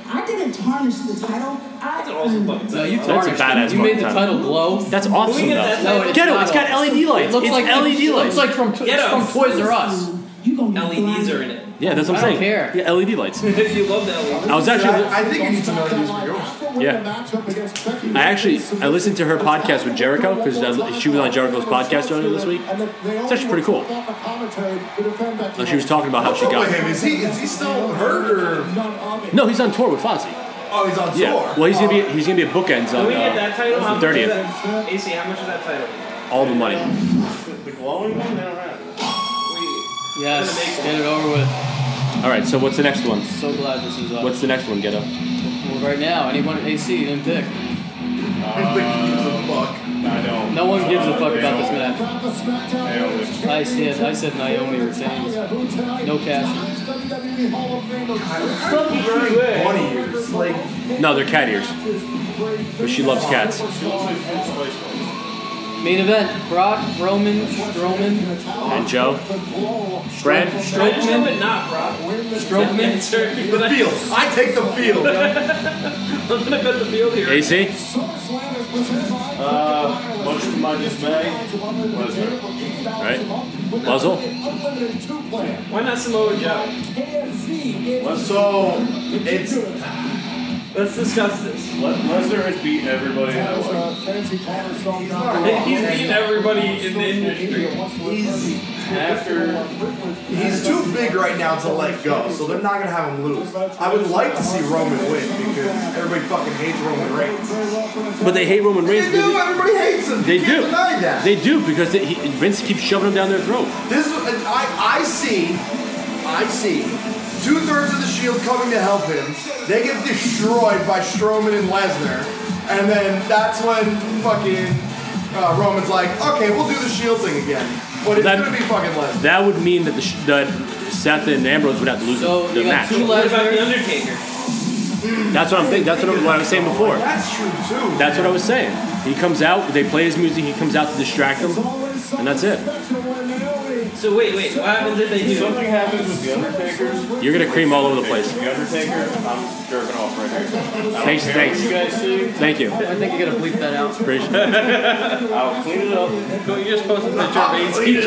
[SPEAKER 8] I didn't tarnish the title.
[SPEAKER 5] That's an
[SPEAKER 8] I
[SPEAKER 5] awesome fucking
[SPEAKER 4] No, you
[SPEAKER 5] title.
[SPEAKER 3] That's a badass
[SPEAKER 4] tarnished it. You made the
[SPEAKER 3] fucking
[SPEAKER 4] title glow.
[SPEAKER 3] That's awesome
[SPEAKER 5] get that?
[SPEAKER 3] though.
[SPEAKER 4] No, it's
[SPEAKER 3] Get it.
[SPEAKER 4] not
[SPEAKER 3] It's got
[SPEAKER 4] all.
[SPEAKER 3] LED lights.
[SPEAKER 4] It looks
[SPEAKER 3] It's
[SPEAKER 4] like
[SPEAKER 3] LED lights.
[SPEAKER 4] It's like from it's
[SPEAKER 5] Get
[SPEAKER 4] from
[SPEAKER 5] out.
[SPEAKER 4] Toys R Us.
[SPEAKER 8] you gonna
[SPEAKER 5] LEDs E are in it.
[SPEAKER 3] Yeah, that's what I'm
[SPEAKER 4] I
[SPEAKER 3] saying.
[SPEAKER 4] don't care.
[SPEAKER 3] Yeah, LED lights.
[SPEAKER 5] you love that
[SPEAKER 3] I was actually,
[SPEAKER 2] I, I think you need some LEDs for yours.
[SPEAKER 3] yeah. I actually, I listened to her podcast with Jericho because she was on Jericho's podcast earlier this week. It's actually pretty cool. And she was talking about how she
[SPEAKER 2] What's up with
[SPEAKER 3] got.
[SPEAKER 2] him? Is he is he still hurt or?
[SPEAKER 3] No, he's on tour with Fozzy.
[SPEAKER 2] Oh, he's on
[SPEAKER 3] Yeah.
[SPEAKER 2] tour.
[SPEAKER 3] Well, he's gonna be he's gonna be at bookends
[SPEAKER 5] Can
[SPEAKER 3] on
[SPEAKER 5] we get that
[SPEAKER 3] uh,
[SPEAKER 5] title? How much
[SPEAKER 3] 30th.
[SPEAKER 5] is that? AC, how much is that title?
[SPEAKER 3] all the money.
[SPEAKER 1] The glowing one? They don't have it.
[SPEAKER 5] We,
[SPEAKER 4] Yes. Get it over with.
[SPEAKER 3] All right. So what's the next one?
[SPEAKER 4] So glad this is up.
[SPEAKER 3] What's the next one? Get up.
[SPEAKER 4] well, right now? Anyone AC didn't pick.
[SPEAKER 2] I think he gives a fuck.
[SPEAKER 1] I don't.
[SPEAKER 4] No one gives a
[SPEAKER 1] Uh,
[SPEAKER 4] fuck
[SPEAKER 1] they
[SPEAKER 4] about this
[SPEAKER 1] don't-
[SPEAKER 4] match.
[SPEAKER 1] they don't live-
[SPEAKER 4] I said, I said Naomi retains. No cash.
[SPEAKER 5] fucking very good.
[SPEAKER 2] Twenty years. Like
[SPEAKER 3] No, they're cat ears. But she loves cats.
[SPEAKER 1] She looks like Vince Vice
[SPEAKER 4] Main event: Brock, Roman, Strowman,
[SPEAKER 3] And Joe, Brad,
[SPEAKER 5] Strowman,
[SPEAKER 4] Strowman,
[SPEAKER 5] but not Rob.
[SPEAKER 4] Strowman.
[SPEAKER 2] the field. I take the field.
[SPEAKER 5] I'm gonna bet the field here.
[SPEAKER 3] AC.
[SPEAKER 1] Uh, much to my dismay, Lesnar.
[SPEAKER 3] Right? Muzzle.
[SPEAKER 5] Why not Samoa Joe?
[SPEAKER 2] So it's
[SPEAKER 5] Let's discuss this.
[SPEAKER 1] Le- Lesnar has beat everybody that way.
[SPEAKER 5] He's beating everybody in the industry.
[SPEAKER 2] he's
[SPEAKER 1] After
[SPEAKER 2] he's too big right now to let go, so they're not gonna have him lose. I would like to see Roman win because everybody fucking hates Roman Reigns.
[SPEAKER 3] But they hate Roman Reigns.
[SPEAKER 2] They do. Everybody hates him.
[SPEAKER 3] They
[SPEAKER 2] you can't
[SPEAKER 3] do.
[SPEAKER 2] Deny that.
[SPEAKER 3] They do because they, he, Vince keeps shoving them down their throat.
[SPEAKER 2] This is I I see, I see. Two thirds of the Shield coming to help him. They get destroyed by Strowman and Lesnar, and then that's when fucking uh, Roman's like, okay, we'll do the Shield thing again, but it's
[SPEAKER 3] That-
[SPEAKER 2] gonna be fucking Lesnar.
[SPEAKER 3] That would mean that the, sh- that Seth and Ambrose would have to lose
[SPEAKER 4] So
[SPEAKER 3] the
[SPEAKER 4] you got
[SPEAKER 3] match.
[SPEAKER 4] two
[SPEAKER 5] What about The
[SPEAKER 4] Lesnar.
[SPEAKER 5] Undertaker?
[SPEAKER 3] That's what I'm thinking. That's what, I- what I was saying before.
[SPEAKER 2] That's true too.
[SPEAKER 3] That's what I was saying. He comes out. They play his music. He comes out to distract them, and that's it.
[SPEAKER 5] So wait, wait. What happened? Did they
[SPEAKER 1] if
[SPEAKER 5] do?
[SPEAKER 1] something happens with the Undertakers,
[SPEAKER 3] You're gonna cream all over the place.
[SPEAKER 1] the Undertaker, I'm jerking off right here. I don't
[SPEAKER 3] Thanks,
[SPEAKER 1] care
[SPEAKER 3] thanks.
[SPEAKER 1] What you guys see,
[SPEAKER 3] Thank you.
[SPEAKER 4] I think you gotta bleep that out.
[SPEAKER 3] Appreciate
[SPEAKER 1] I'll clean it up.
[SPEAKER 5] You're just posting a picture of AIDS.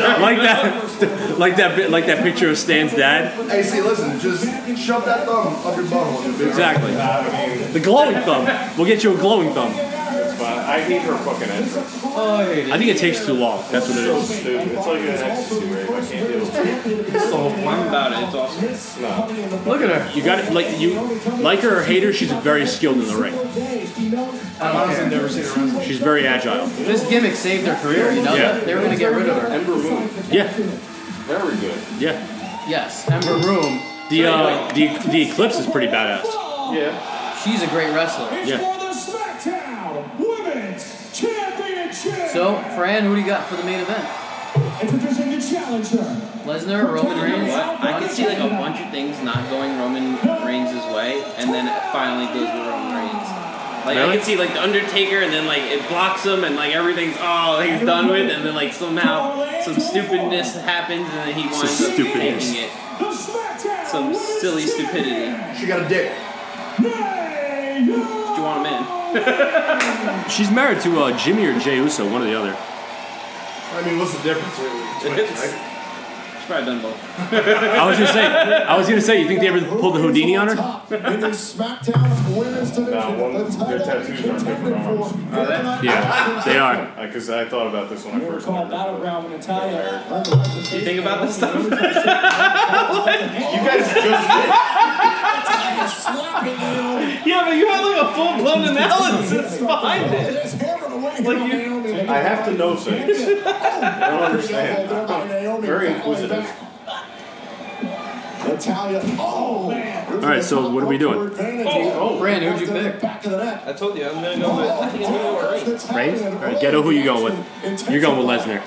[SPEAKER 3] like that, like that, bit- like that picture of Stan's dad.
[SPEAKER 2] Hey, see, listen, just shove that thumb up your butthole. you'll be all right.
[SPEAKER 3] Exactly.
[SPEAKER 1] I mean,
[SPEAKER 3] The glowing thumb. We'll get you a glowing thumb.
[SPEAKER 1] it's fine. I hate her fucking entrance.
[SPEAKER 4] Oh, here it is.
[SPEAKER 3] I think it takes too long. That's what it
[SPEAKER 1] So
[SPEAKER 3] is.
[SPEAKER 1] stupid. It's like an ecstasy rape. I can't deal with it.
[SPEAKER 5] I'm about it. It's awesome.
[SPEAKER 1] No.
[SPEAKER 4] Look at her.
[SPEAKER 3] You got it. Like you, like her or hate her, she's very skilled in the ring.
[SPEAKER 2] I've honestly never seen a wrestler.
[SPEAKER 3] She's very agile.
[SPEAKER 4] This gimmick saved their career, you know
[SPEAKER 3] Yeah.
[SPEAKER 4] that? They were gonna get rid of her.
[SPEAKER 1] Ember Moon,
[SPEAKER 3] Yeah,
[SPEAKER 1] very good.
[SPEAKER 3] yeah.
[SPEAKER 4] Yes, Ember Room.
[SPEAKER 3] The uh, the the eclipse is pretty badass.
[SPEAKER 1] Yeah.
[SPEAKER 4] She's a great wrestler.
[SPEAKER 3] Yeah.
[SPEAKER 4] So, Fran, who do you got for the main event?
[SPEAKER 6] Introducing the challenger.
[SPEAKER 4] Lesnar, Roman Reigns?
[SPEAKER 5] I can see like a bunch of things not going Roman Reigns' way, and then it finally goes with Roman Reigns. Like I
[SPEAKER 3] Really?
[SPEAKER 5] can see like the Undertaker, and then like it blocks him, and like everything's oh he's done with, and then like somehow some stupidness happens, and then he winds up
[SPEAKER 3] stupidness.
[SPEAKER 5] taking it. Some silly stupidity. Do
[SPEAKER 2] She got a dick.
[SPEAKER 5] you want him in?
[SPEAKER 3] She's married to uh, Jimmy or Jay Uso, one or the other.
[SPEAKER 2] I mean, what's the difference really? between-
[SPEAKER 5] It's- She's probably done both.
[SPEAKER 3] I was gonna say, I was gonna say, you think they ever pulled the Houdini on her?
[SPEAKER 6] In the SmackDown Women's Division,
[SPEAKER 1] Now, one,
[SPEAKER 6] the title
[SPEAKER 1] their tattoos are on different arms.
[SPEAKER 3] Yeah, they are.
[SPEAKER 1] Because I thought about this when I first
[SPEAKER 6] called
[SPEAKER 1] heard
[SPEAKER 6] Battle
[SPEAKER 1] it.
[SPEAKER 6] Round when Natalia.
[SPEAKER 5] You think about this stuff?
[SPEAKER 1] You guys just
[SPEAKER 5] yeah, but you had like a full blown analysis behind it. Like you,
[SPEAKER 1] did. I have to know things. I don't understand. I'm very inquisitive.
[SPEAKER 6] Natalia. Oh! All
[SPEAKER 3] right, so what are we doing?
[SPEAKER 1] Oh,
[SPEAKER 4] Fran, who'd you pick?
[SPEAKER 6] Back to the net.
[SPEAKER 5] I told you I'm gonna go with. I think I'm gonna go with Reigns.
[SPEAKER 3] Reigns? All right, Ghetto, who you going with? You're going with Lesnar.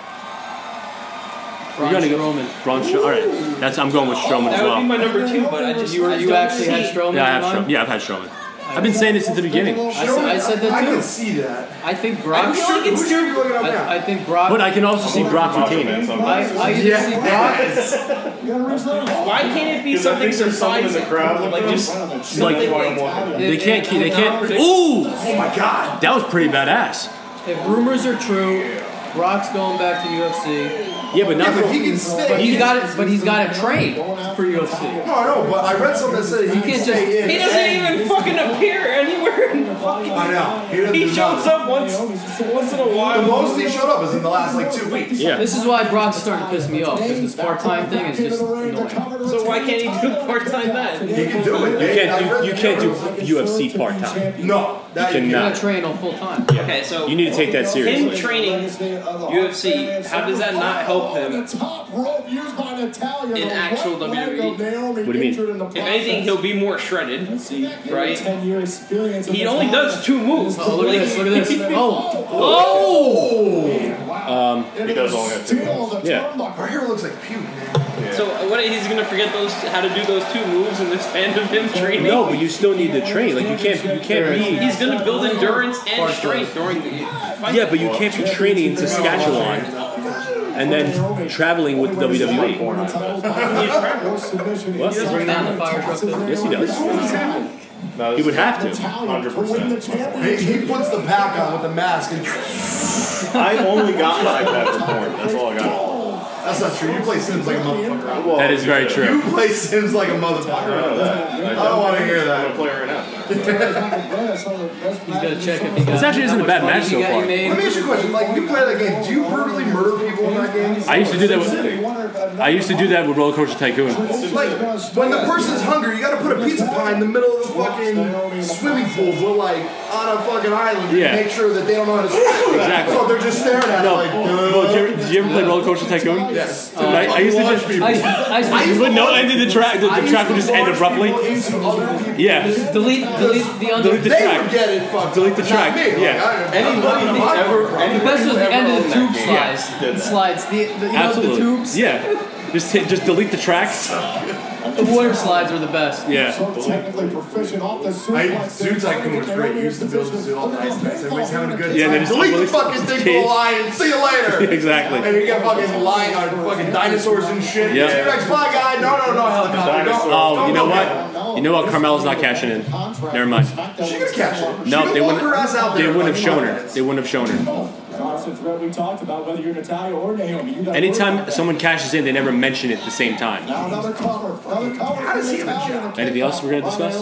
[SPEAKER 4] Braun
[SPEAKER 3] gonna go-
[SPEAKER 4] Strowman.
[SPEAKER 3] Braun Stro- All right, that's I'm going with Strowman as
[SPEAKER 5] That would be
[SPEAKER 3] well.
[SPEAKER 5] my number two, but I just
[SPEAKER 4] You,
[SPEAKER 5] I
[SPEAKER 4] you
[SPEAKER 5] don't
[SPEAKER 4] actually had
[SPEAKER 5] see-
[SPEAKER 4] Strowman
[SPEAKER 3] Yeah, I have
[SPEAKER 4] in mind?
[SPEAKER 3] Strowman. Yeah, I've had Strowman. I've been saying this since the beginning,
[SPEAKER 4] I, said, I said that
[SPEAKER 2] I
[SPEAKER 4] too.
[SPEAKER 2] can see that.
[SPEAKER 4] I think Brock.
[SPEAKER 5] feel like it's
[SPEAKER 2] Who should be looking up now?
[SPEAKER 4] I, I think Brock.
[SPEAKER 3] but I can also see Brock retaining.
[SPEAKER 4] I, I either
[SPEAKER 2] Yeah.
[SPEAKER 4] see Brock.
[SPEAKER 5] Why can't it be
[SPEAKER 1] Because I
[SPEAKER 5] something
[SPEAKER 1] think there's someone in
[SPEAKER 5] surprising?
[SPEAKER 1] the crowd
[SPEAKER 5] like
[SPEAKER 1] looking
[SPEAKER 5] just
[SPEAKER 1] It's
[SPEAKER 3] like-
[SPEAKER 1] like why I'm walking.
[SPEAKER 3] They
[SPEAKER 4] if-
[SPEAKER 3] can't keep. They can't. Ooh,
[SPEAKER 2] Oh my god.
[SPEAKER 3] that was pretty badass.
[SPEAKER 4] If rumors are true, Brock's going back to UFC.
[SPEAKER 3] Yeah, but not.
[SPEAKER 2] Yeah, but
[SPEAKER 3] For,
[SPEAKER 2] he can stay.
[SPEAKER 4] But he's got it. But he's got to train for UFC.
[SPEAKER 2] No, I know, but I read something that said he
[SPEAKER 4] He
[SPEAKER 2] can
[SPEAKER 4] can't
[SPEAKER 2] stay
[SPEAKER 4] just-
[SPEAKER 2] in.
[SPEAKER 5] he doesn't even fucking appear anywhere. in the fucking-
[SPEAKER 2] I know. He doesn't
[SPEAKER 5] He
[SPEAKER 2] do
[SPEAKER 5] shows
[SPEAKER 2] nothing.
[SPEAKER 5] up once once in a
[SPEAKER 2] The
[SPEAKER 5] while.
[SPEAKER 2] most he showed up is in the last like two weeks.
[SPEAKER 3] yeah,
[SPEAKER 4] This is why Brock's starting to piss me off because this part-time thing is just annoying.
[SPEAKER 5] So why can't he do part time then?
[SPEAKER 2] He can do it.
[SPEAKER 3] you can't do. You can't do UFC part time.
[SPEAKER 2] do. No, that
[SPEAKER 3] You
[SPEAKER 2] you
[SPEAKER 4] You
[SPEAKER 3] cannot.
[SPEAKER 4] gotta train on full time.
[SPEAKER 5] Okay, so
[SPEAKER 3] You need to take that
[SPEAKER 5] him
[SPEAKER 3] seriously.
[SPEAKER 5] training UFC. How does that not help him?
[SPEAKER 6] in
[SPEAKER 5] in actual WWE?
[SPEAKER 3] What do you mean?
[SPEAKER 5] If anything, he'll be more shredded. right? He
[SPEAKER 6] He
[SPEAKER 5] only does two moves.
[SPEAKER 4] Oh, look at
[SPEAKER 5] Like-
[SPEAKER 4] this! Look at this! Oh,
[SPEAKER 1] He does only have two moves.
[SPEAKER 3] Yeah.
[SPEAKER 2] Her hair looks like puke, man.
[SPEAKER 1] Yeah.
[SPEAKER 5] So what? He's gonna forget those how to do those two moves in the span of him training.
[SPEAKER 3] No, but you still need to train. Like you can't. You can't be.
[SPEAKER 5] He's gonna build endurance and
[SPEAKER 4] Hard
[SPEAKER 5] strength during the fight.
[SPEAKER 3] Yeah, but you can't be training in Saskatchewan and then traveling with E. WWE. What?
[SPEAKER 4] bring down the fire truck. Though.
[SPEAKER 3] Yes, he does.
[SPEAKER 1] No, this
[SPEAKER 3] He would
[SPEAKER 1] is-
[SPEAKER 3] have to.
[SPEAKER 1] 100%.
[SPEAKER 2] He, he puts the pack on with the mask and
[SPEAKER 1] I only got my peppercorn. That's all I got.
[SPEAKER 2] That's not true. You play Sims like a motherfucker.
[SPEAKER 1] Well,
[SPEAKER 3] That is very true.
[SPEAKER 2] You play Sims like a
[SPEAKER 1] I know
[SPEAKER 2] motherfucker.
[SPEAKER 1] that. I
[SPEAKER 2] I don't want to hear
[SPEAKER 1] I'm gonna
[SPEAKER 2] that.
[SPEAKER 1] play right now.
[SPEAKER 4] He's got to check if he got.
[SPEAKER 3] This actually isn't a
[SPEAKER 4] how
[SPEAKER 3] bad
[SPEAKER 4] much money
[SPEAKER 3] match
[SPEAKER 4] he
[SPEAKER 3] so
[SPEAKER 4] got, he
[SPEAKER 3] far.
[SPEAKER 4] made.
[SPEAKER 2] Let me ask you a question. Like, you play that game. Do you brutally murder people in that game?
[SPEAKER 3] I used to do that with I used to do that with Roller Coaster Tycoon.
[SPEAKER 2] Like, when the person's hungry, you gotta put a pizza pie in the middle of the fucking swimming pool, but like on a fucking island,
[SPEAKER 3] Yeah.
[SPEAKER 2] to make sure that they don't know how to swim.
[SPEAKER 3] Exactly.
[SPEAKER 2] So they're just staring at it
[SPEAKER 3] No,
[SPEAKER 2] like,
[SPEAKER 3] well,
[SPEAKER 2] duh.
[SPEAKER 3] did you ever, did you ever play Roller Coaster Tycoon? Um,
[SPEAKER 2] Yes.
[SPEAKER 3] I, I used to
[SPEAKER 2] Watch
[SPEAKER 3] just
[SPEAKER 2] people.
[SPEAKER 4] I, I,
[SPEAKER 3] you would know ended the track. The, the
[SPEAKER 2] I used
[SPEAKER 3] track
[SPEAKER 2] to
[SPEAKER 3] would just end
[SPEAKER 2] launch
[SPEAKER 3] abruptly.
[SPEAKER 2] people into other people.
[SPEAKER 3] Yeah.
[SPEAKER 4] delete, delete the under.
[SPEAKER 3] Delete the
[SPEAKER 2] They would
[SPEAKER 3] track.
[SPEAKER 2] get it fucked.
[SPEAKER 3] Delete the
[SPEAKER 2] up,
[SPEAKER 3] track,
[SPEAKER 2] Not me. Like,
[SPEAKER 3] yeah.
[SPEAKER 2] I- I'm
[SPEAKER 5] Anybody
[SPEAKER 2] not
[SPEAKER 5] that
[SPEAKER 2] a
[SPEAKER 5] ever-
[SPEAKER 2] motherfucker.
[SPEAKER 5] anybody-
[SPEAKER 4] The best was the end of the
[SPEAKER 5] Everyone
[SPEAKER 4] tube
[SPEAKER 3] game.
[SPEAKER 4] slides.
[SPEAKER 5] that
[SPEAKER 1] did that.
[SPEAKER 4] Slides. The, the, you know, the tubes?
[SPEAKER 3] Absolutely. Yeah. Just hit, just delete the tracks.
[SPEAKER 4] The water slides were the best.
[SPEAKER 3] Yeah.
[SPEAKER 6] technically proficient off the
[SPEAKER 2] I,
[SPEAKER 6] suplex.
[SPEAKER 2] Zoo Tycoon was great. You used to build the zoo all nice, nice. Everybody's having a good
[SPEAKER 3] Yeah,
[SPEAKER 2] time.
[SPEAKER 3] then it's
[SPEAKER 2] Delete the
[SPEAKER 3] released
[SPEAKER 2] fucking
[SPEAKER 3] the
[SPEAKER 2] thing for
[SPEAKER 3] cage.
[SPEAKER 2] the lion. See you later. And
[SPEAKER 3] Exactly.
[SPEAKER 2] you got fucking lion, or fucking dinosaurs and shit.
[SPEAKER 3] Yeah.
[SPEAKER 2] T-Rex, bye guy. No, no, no, helicopter. No,
[SPEAKER 1] Dinosaurs.
[SPEAKER 3] Oh, you know
[SPEAKER 2] no,
[SPEAKER 3] what? You know what? Carmella's not cashing in. Never mind.
[SPEAKER 2] She could catch it.
[SPEAKER 3] No, they
[SPEAKER 2] walk her ass out
[SPEAKER 3] wouldn't. They
[SPEAKER 2] there in,
[SPEAKER 3] wouldn't have
[SPEAKER 2] like,
[SPEAKER 3] shown
[SPEAKER 2] five
[SPEAKER 3] her.
[SPEAKER 2] minutes.
[SPEAKER 3] They wouldn't have shown her.
[SPEAKER 6] Nonsense, Red, we talked about whether you're Natalia or Naomi. You gotta worry
[SPEAKER 3] Anytime
[SPEAKER 6] about
[SPEAKER 3] someone cashes in, they never mention it at the same time.
[SPEAKER 6] Now another cover, another cover.
[SPEAKER 2] How does he have a job?
[SPEAKER 3] Anything else we're gonna discuss?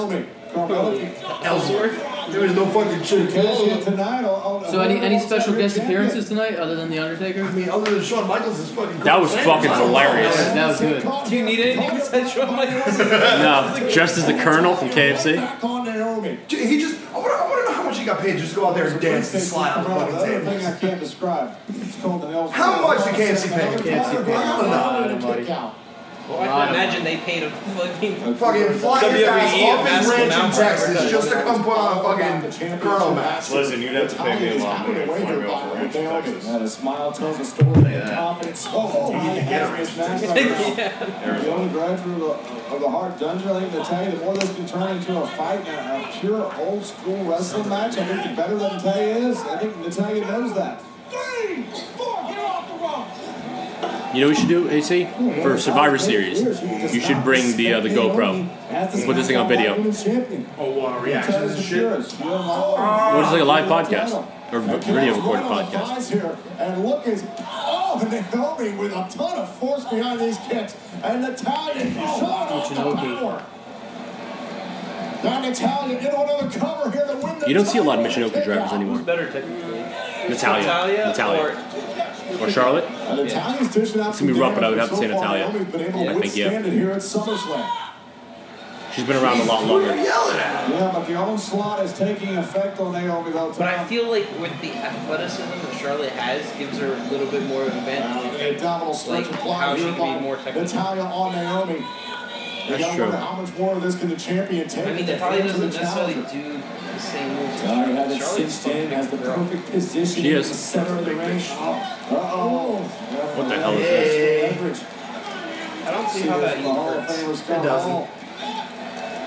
[SPEAKER 2] Ellsworth. There was no fucking chick.
[SPEAKER 4] So any any special guest appearances tonight other than the Undertaker?
[SPEAKER 2] I mean, other than Shawn Michaels is fucking.
[SPEAKER 3] That was fucking hilarious.
[SPEAKER 4] That was good.
[SPEAKER 5] Do you need anything besides Shawn Michaels?
[SPEAKER 3] No, dressed as the Colonel from KFC.
[SPEAKER 6] Back on Naomi.
[SPEAKER 2] He just. I want to know how much he got paid. Just go out there and dance and slide on the fucking
[SPEAKER 6] Another
[SPEAKER 2] table.
[SPEAKER 6] thing I can't describe. It's called an Ellsworth.
[SPEAKER 2] How much did KFC pay?
[SPEAKER 6] KFC
[SPEAKER 2] I don't know.
[SPEAKER 5] Well, I can imagine they paid a fucking.
[SPEAKER 2] Fucking fly his
[SPEAKER 5] WWE
[SPEAKER 2] ass off his
[SPEAKER 5] Masked
[SPEAKER 2] ranch in
[SPEAKER 5] Mountain
[SPEAKER 2] Texas
[SPEAKER 5] Wrestler.
[SPEAKER 2] just to come put on a fucking colonel match.
[SPEAKER 1] Listen, you'd have to pay me a lot of money to fly me off a ranch in Texas.
[SPEAKER 6] Now the smile tells a story of confidence. Oh, you need to get a The only graduate of the, of the hard dungeon, I think, to tell you, the more this can turn into a fight, and a pure old school wrestling match, I think the better that Natalia is. I think Natalia knows that.
[SPEAKER 3] You know what you should do, AC? For Survivor Series, you should bring the uh, the GoPro. Put this thing on video.
[SPEAKER 6] What is it
[SPEAKER 2] Oh, uh, reactions and shit.
[SPEAKER 3] like a live podcast, or v- video recorded podcast.
[SPEAKER 6] Here, and look is oh, and Naomi with a ton of force behind these kicks, and Natalia shot off the
[SPEAKER 4] Michinoku.
[SPEAKER 6] power. Now Natalia in on another cover here to win the
[SPEAKER 3] You don't see a lot of
[SPEAKER 6] title.
[SPEAKER 3] Michinoku drivers anymore.
[SPEAKER 5] Better technically.
[SPEAKER 3] Natalia, Natalia,
[SPEAKER 5] Or,
[SPEAKER 3] or Charlotte.
[SPEAKER 6] And Natalia's dishing out
[SPEAKER 3] gonna be
[SPEAKER 6] some
[SPEAKER 3] rough, but I would have
[SPEAKER 6] damage,
[SPEAKER 3] to say
[SPEAKER 6] so far
[SPEAKER 3] Natalia.
[SPEAKER 6] Naomi's been able to
[SPEAKER 3] I think, yeah.
[SPEAKER 6] withstand it here at SummerSlam.
[SPEAKER 3] She's been around a lot longer.
[SPEAKER 2] Yelling at.
[SPEAKER 6] Yeah, but the onslaught is taking effect on Naomi though.
[SPEAKER 5] but I feel like with the athleticism that Charlotte has, gives her a little bit more of an
[SPEAKER 6] Uh,
[SPEAKER 5] advantage.
[SPEAKER 6] abdominal stretch
[SPEAKER 5] Like,
[SPEAKER 6] applied
[SPEAKER 5] how she
[SPEAKER 6] here
[SPEAKER 5] can be
[SPEAKER 6] by
[SPEAKER 5] more technical.
[SPEAKER 6] Natalya on Naomi. You
[SPEAKER 3] That's
[SPEAKER 6] gotta
[SPEAKER 3] true.
[SPEAKER 6] wonder how much more of this can the champion take.
[SPEAKER 5] I mean, Natalia doesn't necessarily do the same moves. as
[SPEAKER 6] All right,
[SPEAKER 5] Charlotte.
[SPEAKER 6] have it
[SPEAKER 5] Charlotte's
[SPEAKER 6] cinched in,
[SPEAKER 5] fucking
[SPEAKER 6] has the
[SPEAKER 5] girl.
[SPEAKER 6] perfect position.
[SPEAKER 3] She
[SPEAKER 6] in
[SPEAKER 3] is.
[SPEAKER 6] the Center of the ring. Oh, Uh-oh. What
[SPEAKER 3] the hell is
[SPEAKER 6] this?
[SPEAKER 5] I don't see how that even hurts.
[SPEAKER 2] It doesn't.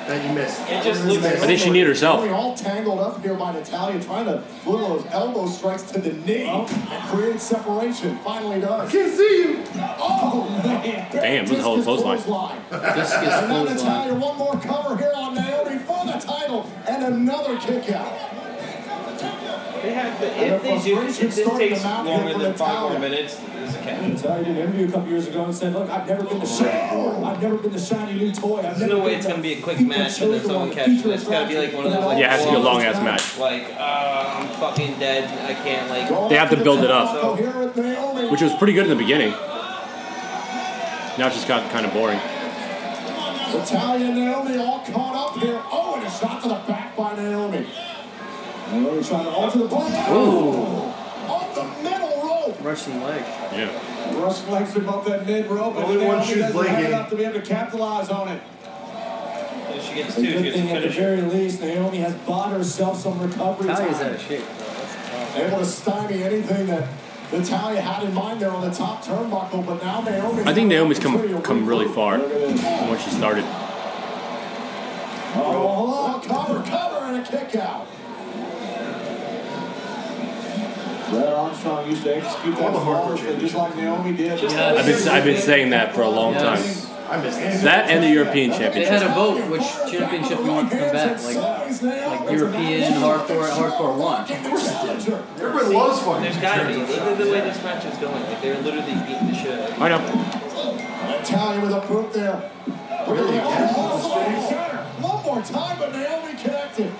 [SPEAKER 2] That you missed.
[SPEAKER 5] It just looks-
[SPEAKER 2] Missed.
[SPEAKER 3] I think she needed herself.
[SPEAKER 6] We all tangled up here by Natalia, trying to little those elbow strikes to the knee and create separation. Finally does.
[SPEAKER 2] Can't see you.
[SPEAKER 6] Oh man!
[SPEAKER 3] Damn, what the hell is clothesline?
[SPEAKER 4] This gets
[SPEAKER 6] And now
[SPEAKER 4] clothesline.
[SPEAKER 6] Natalia, one more cover here on Naomi for the title, and another kick out.
[SPEAKER 5] They have, but if they do, if this takes longer than five more minutes, there's a catch.
[SPEAKER 6] Natalia did an interview a couple years ago and said, "Look, I've never been the shiny, I've never been the shiny new toy. I've
[SPEAKER 5] There's
[SPEAKER 6] never
[SPEAKER 5] no way
[SPEAKER 6] been
[SPEAKER 5] it's
[SPEAKER 6] the
[SPEAKER 5] gonna be a quick
[SPEAKER 6] feature
[SPEAKER 5] match and then
[SPEAKER 6] children
[SPEAKER 5] someone
[SPEAKER 6] or the
[SPEAKER 5] catches
[SPEAKER 6] feature
[SPEAKER 5] it. It's gotta be like one of those,
[SPEAKER 6] attraction."
[SPEAKER 5] like,
[SPEAKER 3] Yeah, it has to be a long ass match.
[SPEAKER 5] Like, uh, I'm fucking dead. I can't, like.
[SPEAKER 6] Going
[SPEAKER 3] They have to
[SPEAKER 6] the
[SPEAKER 3] build it
[SPEAKER 6] top,
[SPEAKER 3] up.
[SPEAKER 6] though, here at Naomi.
[SPEAKER 3] which was pretty good in the beginning. Now it's just got kind of boring.
[SPEAKER 6] Natalia and Naomi all caught up here. Oh, and a shot to the back by Naomi. Naomi trying to alter the play.
[SPEAKER 4] Ooh.
[SPEAKER 6] Off the middle rope.
[SPEAKER 4] Russian leg.
[SPEAKER 3] Yeah.
[SPEAKER 6] Russ legs above that mid rope.
[SPEAKER 2] Only
[SPEAKER 6] and
[SPEAKER 2] one
[SPEAKER 6] Naomi
[SPEAKER 2] shoe's
[SPEAKER 6] doesn't have
[SPEAKER 2] blinking.
[SPEAKER 6] enough to be able to capitalize on it.
[SPEAKER 5] If she gets
[SPEAKER 6] The
[SPEAKER 5] two, she
[SPEAKER 6] good
[SPEAKER 5] gets a
[SPEAKER 6] thing at the
[SPEAKER 5] finish.
[SPEAKER 6] very least, Naomi has bought herself some recovery
[SPEAKER 4] Natalia's out
[SPEAKER 6] time.
[SPEAKER 4] of shape.
[SPEAKER 6] Able to stymie anything that Natalia had in mind there on the top turnbuckle, but now Naomi.
[SPEAKER 3] I think Naomi's come come really far
[SPEAKER 6] Look at
[SPEAKER 3] from
[SPEAKER 6] this.
[SPEAKER 3] when she started.
[SPEAKER 6] Oh, hello, cover, cover, and a kick out. Brad Armstrong used to execute
[SPEAKER 2] All
[SPEAKER 6] that
[SPEAKER 2] the hardcore
[SPEAKER 6] flawlessly, just like Naomi did.
[SPEAKER 5] Just
[SPEAKER 4] Yeah.
[SPEAKER 3] I've been I've been saying that for a long time.
[SPEAKER 4] Yes.
[SPEAKER 2] I missed this.
[SPEAKER 3] That and the European
[SPEAKER 4] They
[SPEAKER 3] Championship.
[SPEAKER 4] had a vote which championship you want to come back, like like European hardcore hardcore one. Of course it did.
[SPEAKER 2] Everybody loves fucking
[SPEAKER 5] There's gotta be. Look at the way this match is going. Like they're literally beating the shit out of
[SPEAKER 3] I know.
[SPEAKER 6] Natalia with a boot there. Really? One more time, but Naomi connected.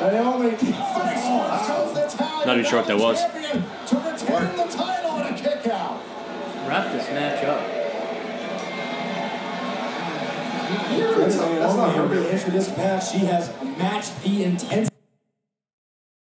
[SPEAKER 6] Naomi fakes out Natalia.
[SPEAKER 3] Not even sure what that was.
[SPEAKER 6] Champion To retain the title and a kick out.
[SPEAKER 4] Wrap this match up.
[SPEAKER 2] That's not her.
[SPEAKER 6] After this match, she has matched the intensity.